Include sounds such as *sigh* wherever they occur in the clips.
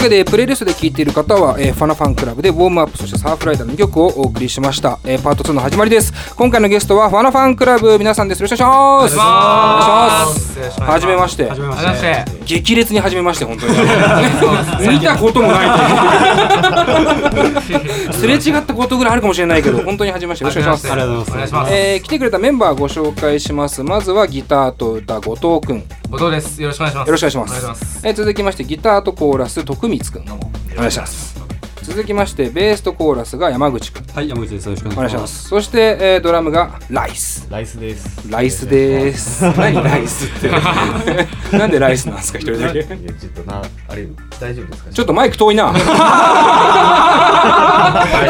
けで、プレイリストで聴いている方は、えーファナファンクラブでウォームアップ、そしてサーフライダーの2曲をお送りしました。えーパート2の始まりです。今回のゲストは、ファナファンクラブ、皆さんです。よろしくお願いします。お願いします。はじめまして。ありがとうございまして激烈に始めまして本 *laughs* 当に見たこともない *laughs* すれ違ったことぐらいあるかもしれないけど本当に始めましてよろしくお願いしますお願いします。えー来てくれたメンバーご紹介しますまずはギターと歌後藤くんよ後藤です。よろしくお願いします。ろしくお願いしますお願いします。えー続きましてギターとコーラス徳光くんお願いします続きましてベースとコーラスが山口くんはい、山口です。よろしくおお願願いいししまます。すそして、えードラムがライスライスです。ライスでーす何ライスってなんでライスなんですか一人だけいやちょっとな、あれ、大丈夫ですか。ちょっとマイク遠いな。 *laughs*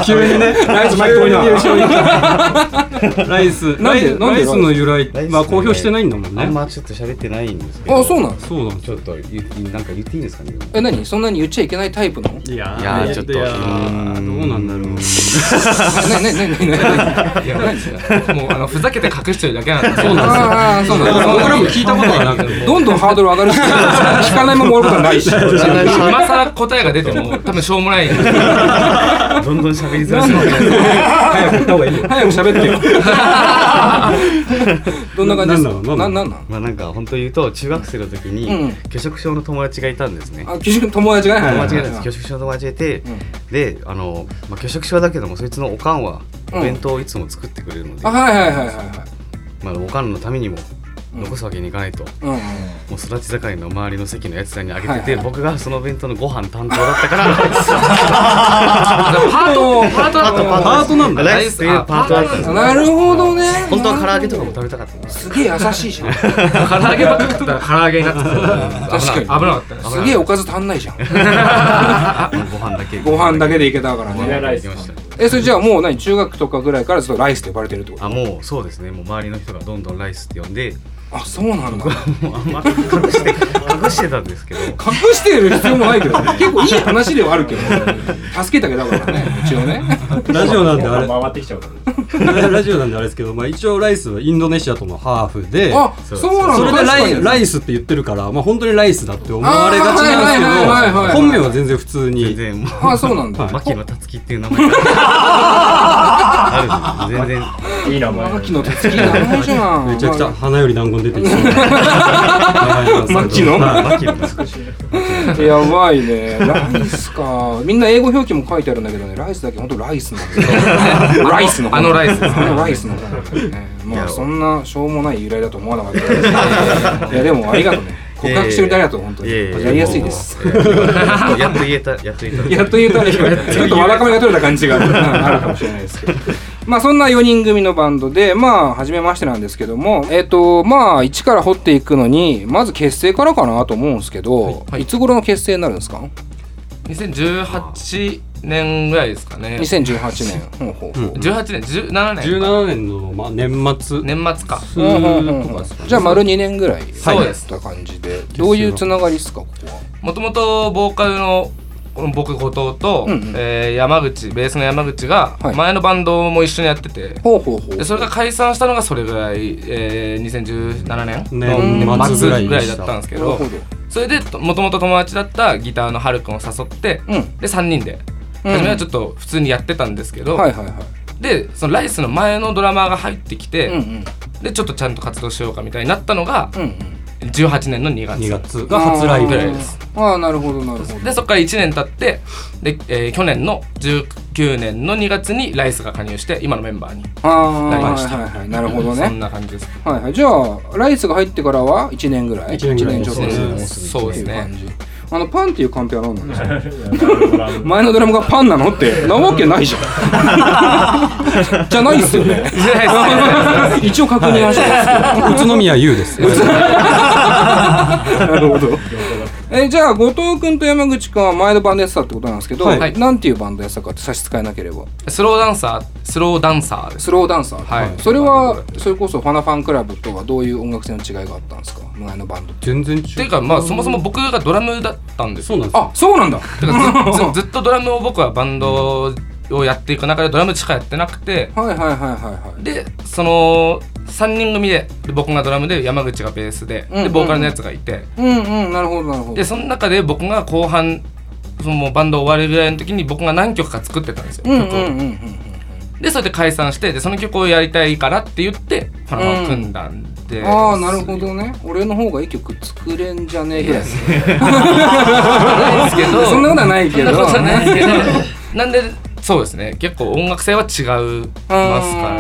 急にね、ライスマイク急遠いに後ろな。にライス、なんでライなんでライスの由来ライ、スまあ公表してないんだもんあんね。まちょっと喋ってないんですけど。あ、そうなん。そうなんですちょっと言うなんか言っていいんですかね。 *laughs* え、何そんなに言っちゃいけないタイプの？えいやいやーちょっといやーどうなんだろう。なななななな。いやもうあのふざけて隠してるだけなんで。そうああ、そうなんだ。僕らも聞いたことがなくて。どんどんハードル上がるし、聞かないまま終わることはないし。今更答えが出ても多分しょうもないんで。どんどん喋りづらくなってる。早く方がいい。早く喋ってよ。 *laughs* どんな感じですなか？んななんなのんなん？まあなんか本当言うと中学生の時うんに拒食症の友達がいたんですね。あ、基準友達がね。友達がいたんではいす。拒食症の友達がいて、であのまあ拒食症だけどもそいつのおかんはうんお弁当をいつも作ってくれるので、あ、まはいはいはいはいはい。あおかんのためにも残すわけにいかないと。うんうん。もう育ち盛りの周りの席のやつらにあげはていはいて、僕がその弁当のご飯担当だっ *laughs* たから、ハートハートだと思う。パートなんだ。ライスっていうパートだったんですよ。なるほどね。本当は唐揚げとかも食べたかったんですすげえ優しいじゃん。唐揚げばっか食ったら唐揚げになってた。確かに危なかったね。すげえおかず足んないじゃん。ご飯だけご飯だけでいけたからご飯ね。だけいきましたねえ、それじゃあもう何中学とかぐらいからずっとライスって呼ばれてるってことあもうそうですねもう周りの人がどんどんライスって呼んであそうなんだもうあんま隠して隠してたんですけど隠してる必要もないけど結構いい話ではあるけど助けたけどだからね一応ね *laughs* ラジオなんであれ *laughs* 回ってきちゃうから。ラジオなんであれですけど、まあ一応ライスはインドネシアとのハーフで。あそうなんだそれでラ確かイにライスって言ってるから、まあ本当にライスだって思われがちあーはいはいはいなんはいですけど、本名は全然普通全に。然もあそうなんだはい牧野たつきっていう名前があるんです全然牧野哲樹名前じゃんめちゃくちゃ鼻より団子出て *laughs* きそう。牧野牧野たつきやばいねライスかみんな英語表記も書いてあるんだけどねライスだけ本当ライスなんだよライスの方あのライスですねあのライスの方なんだよねまあそんなしょうもない由来だと思わなかったけどねいやでもありがとうね告白してくれてありがとう本当にやりやすいですもうやっと言えたやっと言えたやっと言えたね、 *laughs* ちょっとわだかめが取れた感じがうんあるかもしれないですけど。 *laughs* まあそんな4人組のバンドで、まあ初めましてなんですけども、えっ、と、まあ一から掘っていくのに、まず結成からかなと思うんですけど、いはいつ頃の結成になるんですか2018年ぐらいですかね。 ?2018 年。ほうほうほう18年17年か。 17年の、まあ、年末年末か。うんうんうんうんじゃあ丸2年ぐらいそうやでっすた感じで、どういうつながりですか、ここは。もともとボーカルのこの僕後藤と、うんうんえー山口ベースの山口がはい前のバンドも一緒にやってて、ほうほうほう。でそれが解散したのがそれぐらい、えー2017年の年末ぐらいでしたぐらいだったんですけなるどほど。それでもともと友達だったギターのはるくんを誘って、うんで3人でうん初めはちょっと普通にやってたんですけど、はいはいはい。でそのライスの前のドラマーが入ってきて、うんうん。でちょっとちゃんと活動しようかみたいになったのがうんうん。 18年の2月2月が初ライブぐらいですああ、なるほどなるほど。でそこから1年経ってで、えー去年の19年の2月にライスが加入して今のメンバーにああ、はないりましたはいはい。なるほどねそ。んな感じですはいはい、じゃあライスが入ってからは1年ぐらい一年ぐらい一ちょっそうとですそうですねっていう感じあのパンっていうカンペは何なんですか前のドラムがパンなのってなわけないじゃんじゃないっすよね一応確認はしてますけど、宇都宮優 *laughs* ですなるほどえじゃあ後藤君と山口君は前のバンドやってたってことなんですけど、はいなんていうバンドやってたかって差し支えなければ *laughs* スローダンサースローダンサーですスローダンサー、はいそれはそれこそファナファンクラブとはどういう音楽性の違いがあったんですか前のバンド全然違うっていうかまあそもそも僕がドラムだったんですそうよなんですあそうなんだだからずずずっとドラムを僕はバンドをやっていく中でドラムしかやってなくてはいはいはいはいはいでその3人組でで僕がドラムで山口がベースでうんうでんボーカルのやつがいて、うんうんなるほどなるほどでその中で僕が後半そのもうバンド終わるぐらいの時に僕が何曲か作ってたんですよ、うんうん曲をうんうんでそれで解散してでその曲をやりたいからって言ってパラマを組んだんで、うんああなるほどね俺の方がいい曲作れんじゃねえぐらい *laughs* ですねないですけどそんなことはないけどそんなことはないですけどなんでそうですね結構音楽性は違いますかう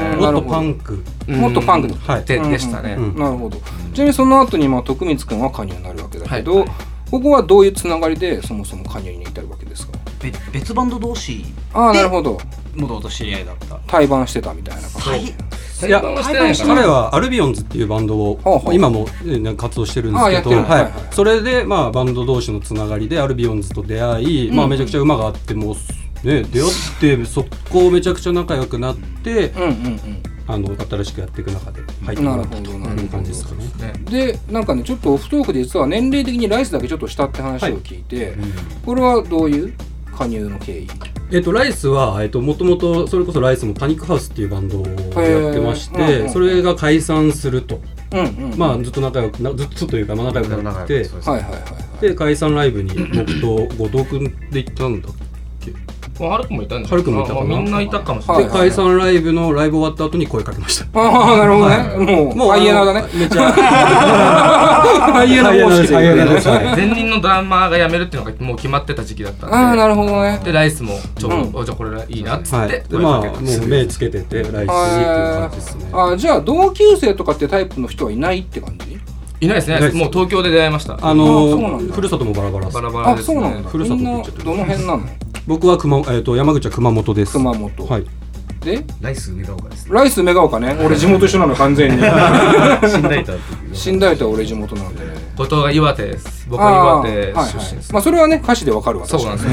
ねんもっとパンク。うんもっとパンクはい。ででしたね、うんなるほどちなみにその後にまあ徳光くんは加入になるわけだけど、はいはいここはどういうつながりでそもそも加入に至るわけですかべ別バンド同士ああなるほどもともと知り合いだった対バンしてたみたいな感じはいい対やバンはしてないかな彼はアルビオンズっていうバンドほうほをう今もえーなんか活動してるんですあやけってど、るははいはいい、それでまあバンド同士のつながりでアルビオンズと出会い、まあめちゃくちゃ馬があってもうね出会ってそこめちゃくちゃ仲良くなって、うんうんあの新しくやっていく中で入っうてんもならるったほとどなるほどいう感じですかね。でなんかねちょっとオフトークで実は年齢的にライスだけちょっとしたって話を聞いて、これはどういう加入の経緯えっと、ライスは、えっと、もともとそれこそライスもパニックハウスっていうバンドをやってましへーうんうてんそれが解散すると、うんうんまあ、ずっと仲良くなずっとというか、まあ、仲良くなっそうでてすはいはいはいはいで解散ライブに僕と後藤君で行ったんだハルくんもいたんじゃハルくんもいたかなまあみんないたかもしれはないで解散ライブのライブ終わった後に声かけましたああなるほどね、もうハイエナだあのねめっちゃハイエナ方式ハイエナですねハイエナですい、前任のドラマーが辞めるっていうのがもう決まってた時期だったんでああなるほどねでライスもちょうど、うんおじゃあこれいいなっつって、はいでまあもう目つけててライスにっていう感じですねあーじゃあ同級生とかってタイプの人はいないって感じいないですいなねいですもう東京で出会いましたああそうなのんだふるさともバラバラですバラバラあですそうねなんだふるみさとんも行なっちゃってるどの辺なの僕は熊、えっと山口は熊本です熊本、はいでライス梅ヶ丘ですねライス梅ヶ丘ね俺地元一緒なの完全に死んだいたっていう死んだりとは俺地元なんでね後藤が岩手です僕は岩あーはい手はい出身です、まあそれはね歌詞でわかるわそうなんあですよ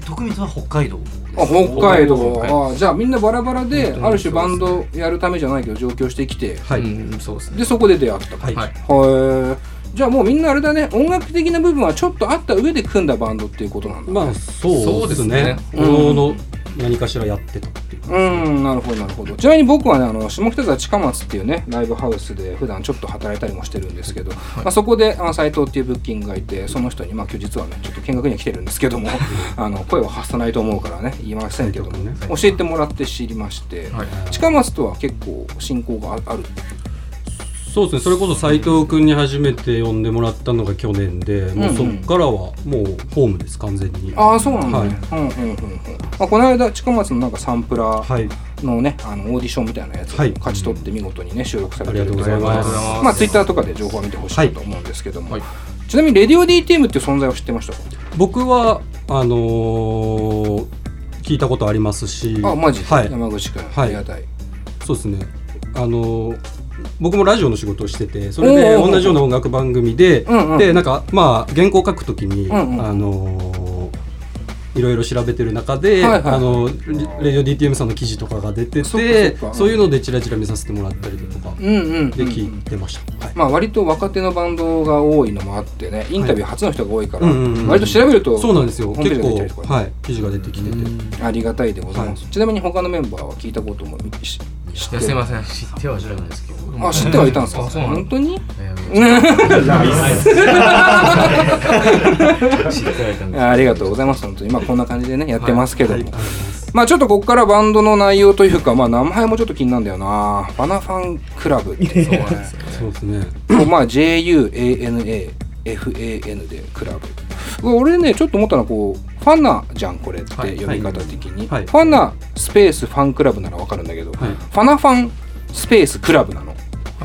で徳光は北海道北海道北海あーじゃあみんなバラバラで本当にそうですねある種バンドやるためじゃないけど上京してきてはい、うんそうですねでそこで出会ったはいはいへえじゃあもうみんなあれだね音楽的な部分はちょっとあった上で組んだバンドっていうことなんだまあそうですねですそうねおのおの何かしらやってたっていうかうんなるほどなるほどちなみに僕はねあの下北沢近松っていうねライブハウスで普段ちょっと働いたりもしてるんですけど、まあ、そこであの斉藤っていうブッキングがいてその人にまあ今日実はねちょっと見学には来てるんですけども *laughs* あの声を発さないと思うからね言いませんけども、斉藤教えてもらって知りまして、はい近松とは結構親交がああるそうですねそれこそ斉藤君に初めて呼んでもらったのが去年で、もうそっからはもうホームです完全にああそうなんだはいね、うんうんうんうん、まあ、この間近松のなんかサンプラはいのねあのオーディションみたいなやつをはい勝ち取って見事にね収録されてるありがとうございますありがとうございますまあツイッターとかで情報は見てほしはいいと思うんですけども、はいちなみにレディオ DTM っていう存在を知ってましたか僕はあのー聞いたことありますしあマジで、はい山口君、はいありがたいそうですねあのー僕もラジオの仕事をしててそれでおー同じような音楽番組で、うんうんでなんかまあ原稿書くときに、うんうんあのーいろいろ調べてる中で、はいはいあのレレディオ DTM さんの記事とかが出ててそそっかそっかういうのでちらちら見させてもらったりとかうんうんうんで聞いてました、はいまあ割と若手のバンドが多いのもあってねインタビュー初の人が多いから、うんうんうん割と調べるとそうなんですよホームページが出結たりと構、かねはい、記事が出てきててありがたいでございます、ちなみに他のメンバーは聞いたこともし知っていやすいません知っては知らないですけどあ知ってはいたんですかあそうなんだ本当にえー知ってはいたんですけどあありがとうございます本当にまあこんな感じでねやってますけども、まあちょっとここからバンドの内容というかまあ名前もちょっと気になるんだよなファナファンクラブって *laughs* そうなんですよそうですねもうまあ JUANAFAN でクラブうわ俺ねちょっと思ったのはこうファナじゃんこれって呼はいび方的に、はいファナスペースファンクラブならわかるんだけど、はいファナファンスペースクラブなのは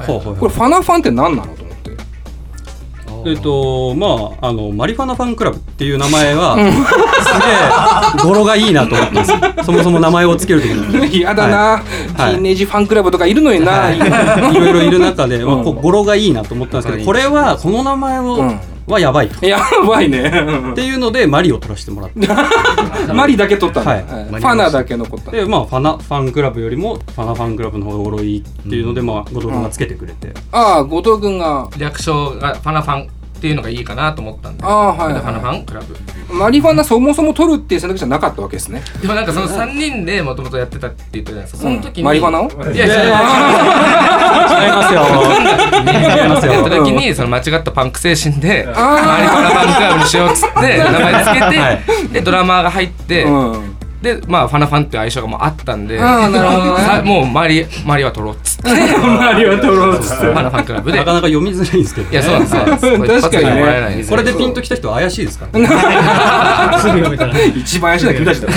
いほうほうほこうれファナファンって何なのと思ってえっとまああのマリファナファンクラブっていう名前はすげえ語呂がいいなと思ったんですよそもそも名前をつけるときに *laughs* 嫌だな、はいティーンエイジファンクラブとかいるのにな、いろいろいる中で、まあ、こう語呂がいいなと思ったんですけどこれはこの名前を、うんはやばいと。やばいねっていうのでマリを取らせてもらってマリだけ取ったんだ、はいはいフマリァナだけ残ったんだでまあファナファンクラブよりもファナファンクラブの方が語呂いいっていうので、まあ後藤君がつけてくれて、ああ後藤君が略称がファナファンっていうのがいいかなと思ったんでああはいマリファナフはァンクラブいマリファナそもそも取るっていう選択肢はなかったわけですねでもなんかその3人でもともとやってたって言ったじゃないですかその時に、うんマリファナをいや違う違う違う違いますよ。違いますやったよ。時にその間違ったパンク精神でマリファあーナファンクラブにしようっつって名前つけて、でドラマーが入って、うんでまあファナファンっていう相性がもうあったんであーなるほどねさもうマリマリは取ろうっつってフマリは取ろ *laughs* うっつァナファンクラブでなかなか読みづらいんですけど、いやそうなんですよ確かにね一発でもらえないんですこよれでピンときた人は怪しいですから、一番怪しいのは君たちだ *laughs*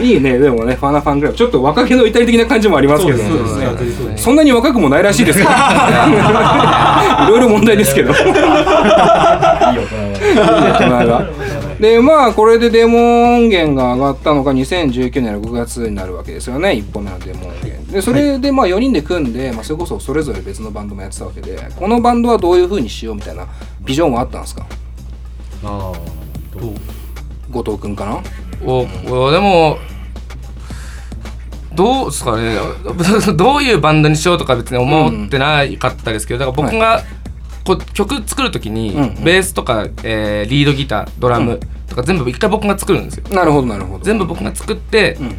いいねでもねファナファンクラブちょっと若気の至り的な感じもありますけどそうですそうですそんなに若くもないらしいですけどいろいろ問題ですけどいい大人が *laughs* でまあこれでデモ音源が上がったのが2019年の6月になるわけですよね1本目のデモ音源でそれでまあ4人で組んで、まあ、それこそそれぞれ別のバンドもやってたわけでこのバンドはどういう風にしようみたいなビジョンはあったんですかあーどう後藤君かなおおでもどうですかね *laughs* どういうバンドにしようとか別に思ってないかったですけどだから僕がこう曲作る時にうんうんベースとか、えーリードギタードラムとか全部一回僕が作るんですよなるほどなるほど全部僕が作ってうん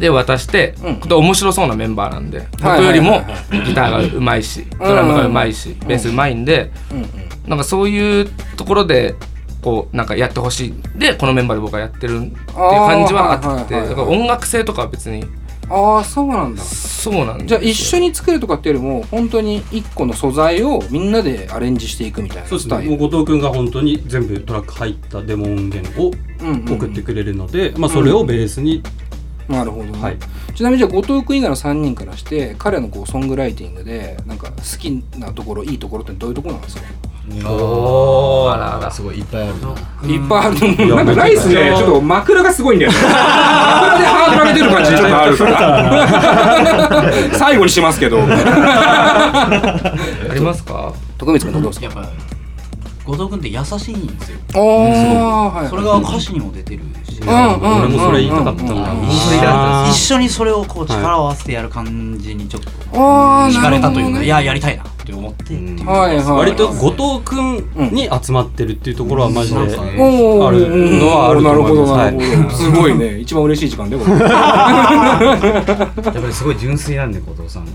で渡して、うんで面白そうなメンバーなんで僕はいはいよりはもいギターがうまいしドラムがうまいしうんベースうまいんでうんうんなんかそういうところでこうなんかやってほしいでこのメンバーで僕はやってるっていう感じはあっあーはいはいはていだから音楽性とかは別にああそうなんだそうなんですじゃあ一に緒に作るとかっていうよりも本当に一個の素材をみんなでアレンジしていくみたいなそうですスタイねルもう後藤君が本当に全部トラック入ったデモ音源をうんうん送ってくれるので、まあ、それをベースに、なるほど、ねはいちなみにじゃあ後藤君以外の3人からして彼のこうソングライティングでなんか好きなところいいところってどういうところなんですかおーあらあらすごいいっぱいあるないっぱいあるやなんかライスめちゃねくちゃちょっと枕がすごいんだよ *laughs* ね枕でハードル上げてる感じちょっとあるから *laughs* 最後にしますけどありますか徳光君どうですかやっぱ後藤君って優しいんですよああはいそれが歌詞にも出てるしうんうんうんうん俺もそれ言いたかったんだ、うんあー一緒にそれをこう力を合わせてやる感じにちょっとあー惹かれたというか、なるほどねいややりたいなって思ってっていうのがはいはい割と後藤君に集まってるっていうところはマジで、うんそうですねおーあるのはあると思いますなるほどなるほどすごいね一番嬉しい時間でこ *laughs* れうんうんやっぱりすごい純粋なんで後藤さん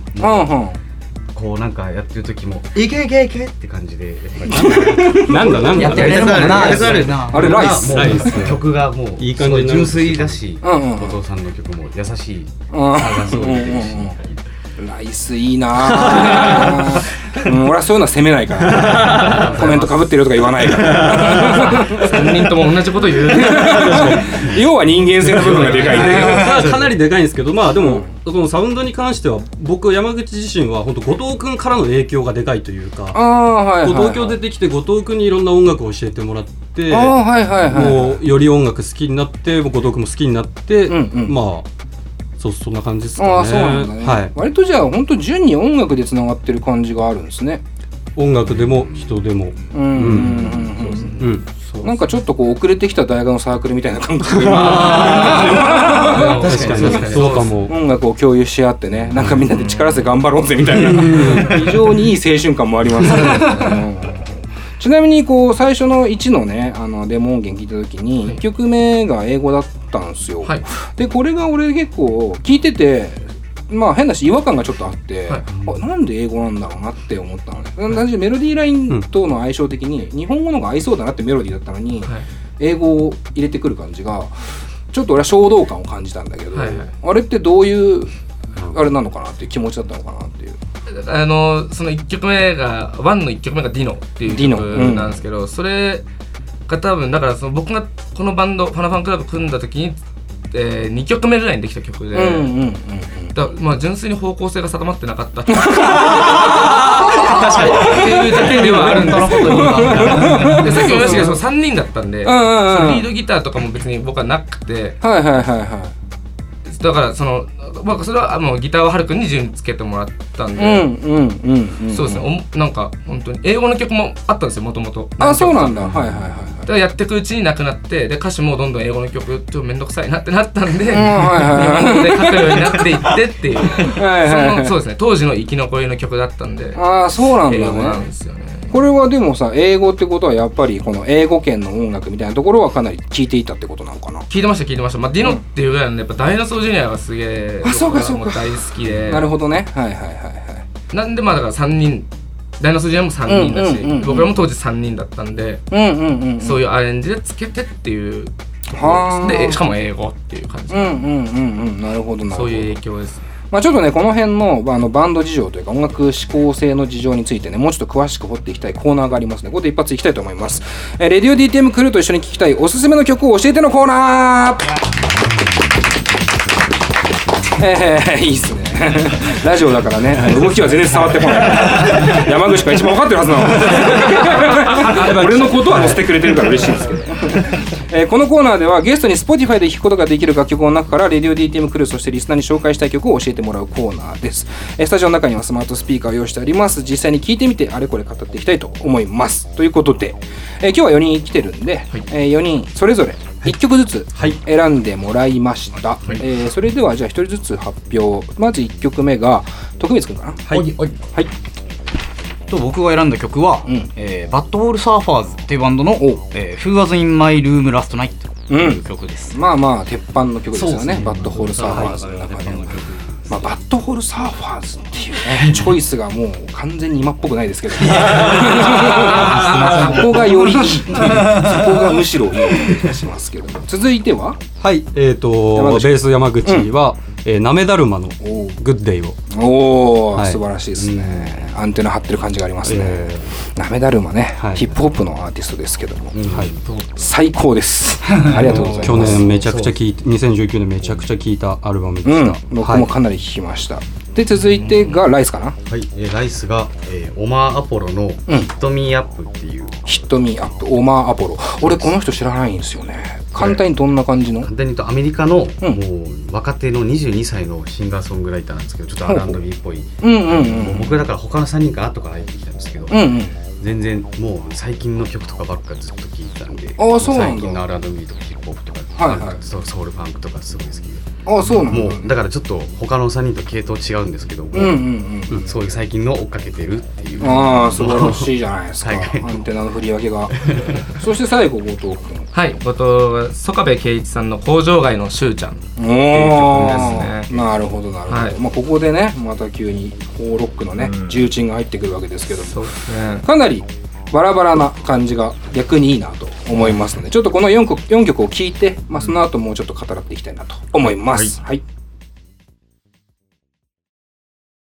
こうなんかやってる時もいけいけいけって感じでやっぱりなんだなんだやってくれるもんなやりたくなるあれライスもうライス曲がもういい感じになるすごい純粋だしうんうん後藤さんの曲も優しいあがすごい出てるしライスいいな *laughs* あうん俺はそういうのは責めないからコメントかぶってるよとか言わないから3人とも同じこと言う *laughs* 要は人間性の部分がでかいねまあかなりでかいんですけどまあでも、そのサウンドに関しては僕山口自身は本当後藤君からの影響がでかいというああかはいはいこうはい東京出てきて後藤君にいろんな音楽を教えてもらってああはいはいはい *laughs* もうより音楽好きになって後藤君も好きになって、うんうんまあそうそんな感じですかねああそうなんだね、はい、割とじゃあ本当順に音楽でつながってる感じがあるんですね音楽でも人でも、うんうんうんうんうんうん、そうなんかちょっとこう遅れてきた大学のサークルみたいな感覚であー確かにそうかも音楽を共有し合ってねなんかみんなで力で頑張ろうぜみたいな非常にいい青春感もあり *laughs* ますね、うんちなみにこう最初の1のねあのデモ音源聞いた時に1曲目が英語だったんですよ、はいでこれが俺結構聞いててまあ変なし違和感がちょっとあって、はいあなんで英語なんだろうなって思ったのね私メロディーラインとの相性的に日本語の方が合いそうだなってメロディーだったのに、はい英語を入れてくる感じがちょっと俺は衝動感を感じたんだけど、はいはいあれってどういうあれなのかなっていう気持ちだったのかなっていう。あのその1曲目が「ワンの1曲目が「ディノ」っていうディノう曲んなんですけど、それが多分だからその僕がこのバンド「ファナファンクラブ」組んだ時に、え2曲目ぐらいにできた曲で、うんうんうんうんだまあ純粋に方向性が定まってなかったっていう *laughs* 確かにっていうだけではあるんですけどでさっきも言いましたけどその3人だったんで、うんうんうんそのリードギターとかも別に僕はなくて。はいはいはいはだからその、まあ、それはあのギターははるくんに順につけてもらったんい。うんで、うんうんうん。そうですねおなんか本当に英語の曲もあったんですよもともと *laughs* あそうなんだ。はいはいはいはい。からやっていくうちになくなってで歌詞もどんどん英語の曲ちょっと面倒くさいなってなったんで日はい *laughs* はい本語で書くようになっていってっていうそ *laughs* はいはいはいのそうですね当時の生き残りの曲だったんでああそうなんだ英語なねんですよねこれはでもさ英語ってことはやっぱりこの英語圏の音楽みたいなところはかなり聴いていたってことなのかな聞いてました聞いてました、まあ、ディノっていうぐらいなんでやっぱダイナソージュニアがすげえあそうかそうか僕はも大好きでなるほどねはいはいはいはいなんでまあだから3人ダイナソージュニアも3人だし、うんうんうんうん僕らも当時3人だったんで、うんうんうんうんそういうアレンジでつけてっていうはあでしかも英語っていう感じ、うんうんうんうんなるほどなるほどそういう影響ですまあ、ちょっとねこの辺のあのバンド事情というか音楽指向性の事情についてねもうちょっと詳しく掘っていきたいコーナーがありますのでここで一発いきたいと思います「えーレディオ DTM クルーと一緒に聴きたいおすすめの曲を教えて」のコーナーえー、 *laughs* いいっすねラジオだからねあの動きは全然伝わってこない山口が一番分かってるはずなの *laughs* 俺のことは載せてくれてるから嬉しいですけどえーこのコーナーではゲストに Spotify で聴くことができる楽曲の中から「RadioDTM クルー」そしてリスナーに紹介したい曲を教えてもらうコーナーです、えースタジオの中にはスマートスピーカーを用意してあります実際に聴いてみてあれこれ語っていきたいと思いますということで、えー今日は4人来てるんで、え4人それぞれ1曲ずつ選んでもらいました、えーそれではじゃあ1人ずつ発表まず1曲目が徳光くんかなはい、はいと僕が選んだ曲は、うんえーバッドボールサーファーズっていうバンドの「えー Who Was in My Room Last Night」という曲です、まあまあ鉄板の曲ですよそうでねすねバッドホールサーファーズの中でも、まあ、バッドホールサーファーズっていうねチョイスがもう完全に今っぽくないです *laughs* けどそこがよりいい *laughs* っていうそこがむしろいい気がしますけど続いてははい、えっ、と山口ベース山口は、えーなめだるまのグッデイを、おお、はい素晴らしいですね、アンテナ張ってる感じがありますね、えなめだるまね、はいヒップホップのアーティストですけども、ーはい、最高ですありがとうござい去ます年めちゃくちゃ聞いて2019年めちゃくちゃ聞いたアルバムでした、うん僕はいもかなり聞きました、で続いてがライスかな、はい、えーライスが、えーオマーアポロの「ヒットミーアップ」っていう、ヒットミーアップオーマーアポロ俺この人知らないんですよね簡単にどんな感じの、簡単に言うとアメリカの、うんもう若手の22歳のシンガーソングライターなんですけどちょっとほうほう R&B っぽい、うんうんうもうん僕だから他の3人かなとか入ってきたんですけど、うんうん全然もう最近の曲とかばっかずっと聴いてたんでああそうなんだ最近の R&B とかヒップホップとか,、はいはいソソウルファンクとかすごい好きで、あそうなんだもうだからちょっと他の3人と系統違うんですけども、うんうんうんそういう最近の追っかけてるっていうああ素晴らしいじゃないですか海外アンテナの振り分けがそして最後後藤はい後藤は曽我部圭一さんの「工場外のしゅうちゃん」君おお、いい曲ですねなるほどなるほど、はいまあ、ここでねまた急にホーロックのね、重鎮が入ってくるわけですけどもそうですねかなりバラバラな感じが逆にいいなと思いますのでちょっとこの4曲 ,4 曲を聴いて、まあ、その後もうちょっと語らっていきたいなと思います。はい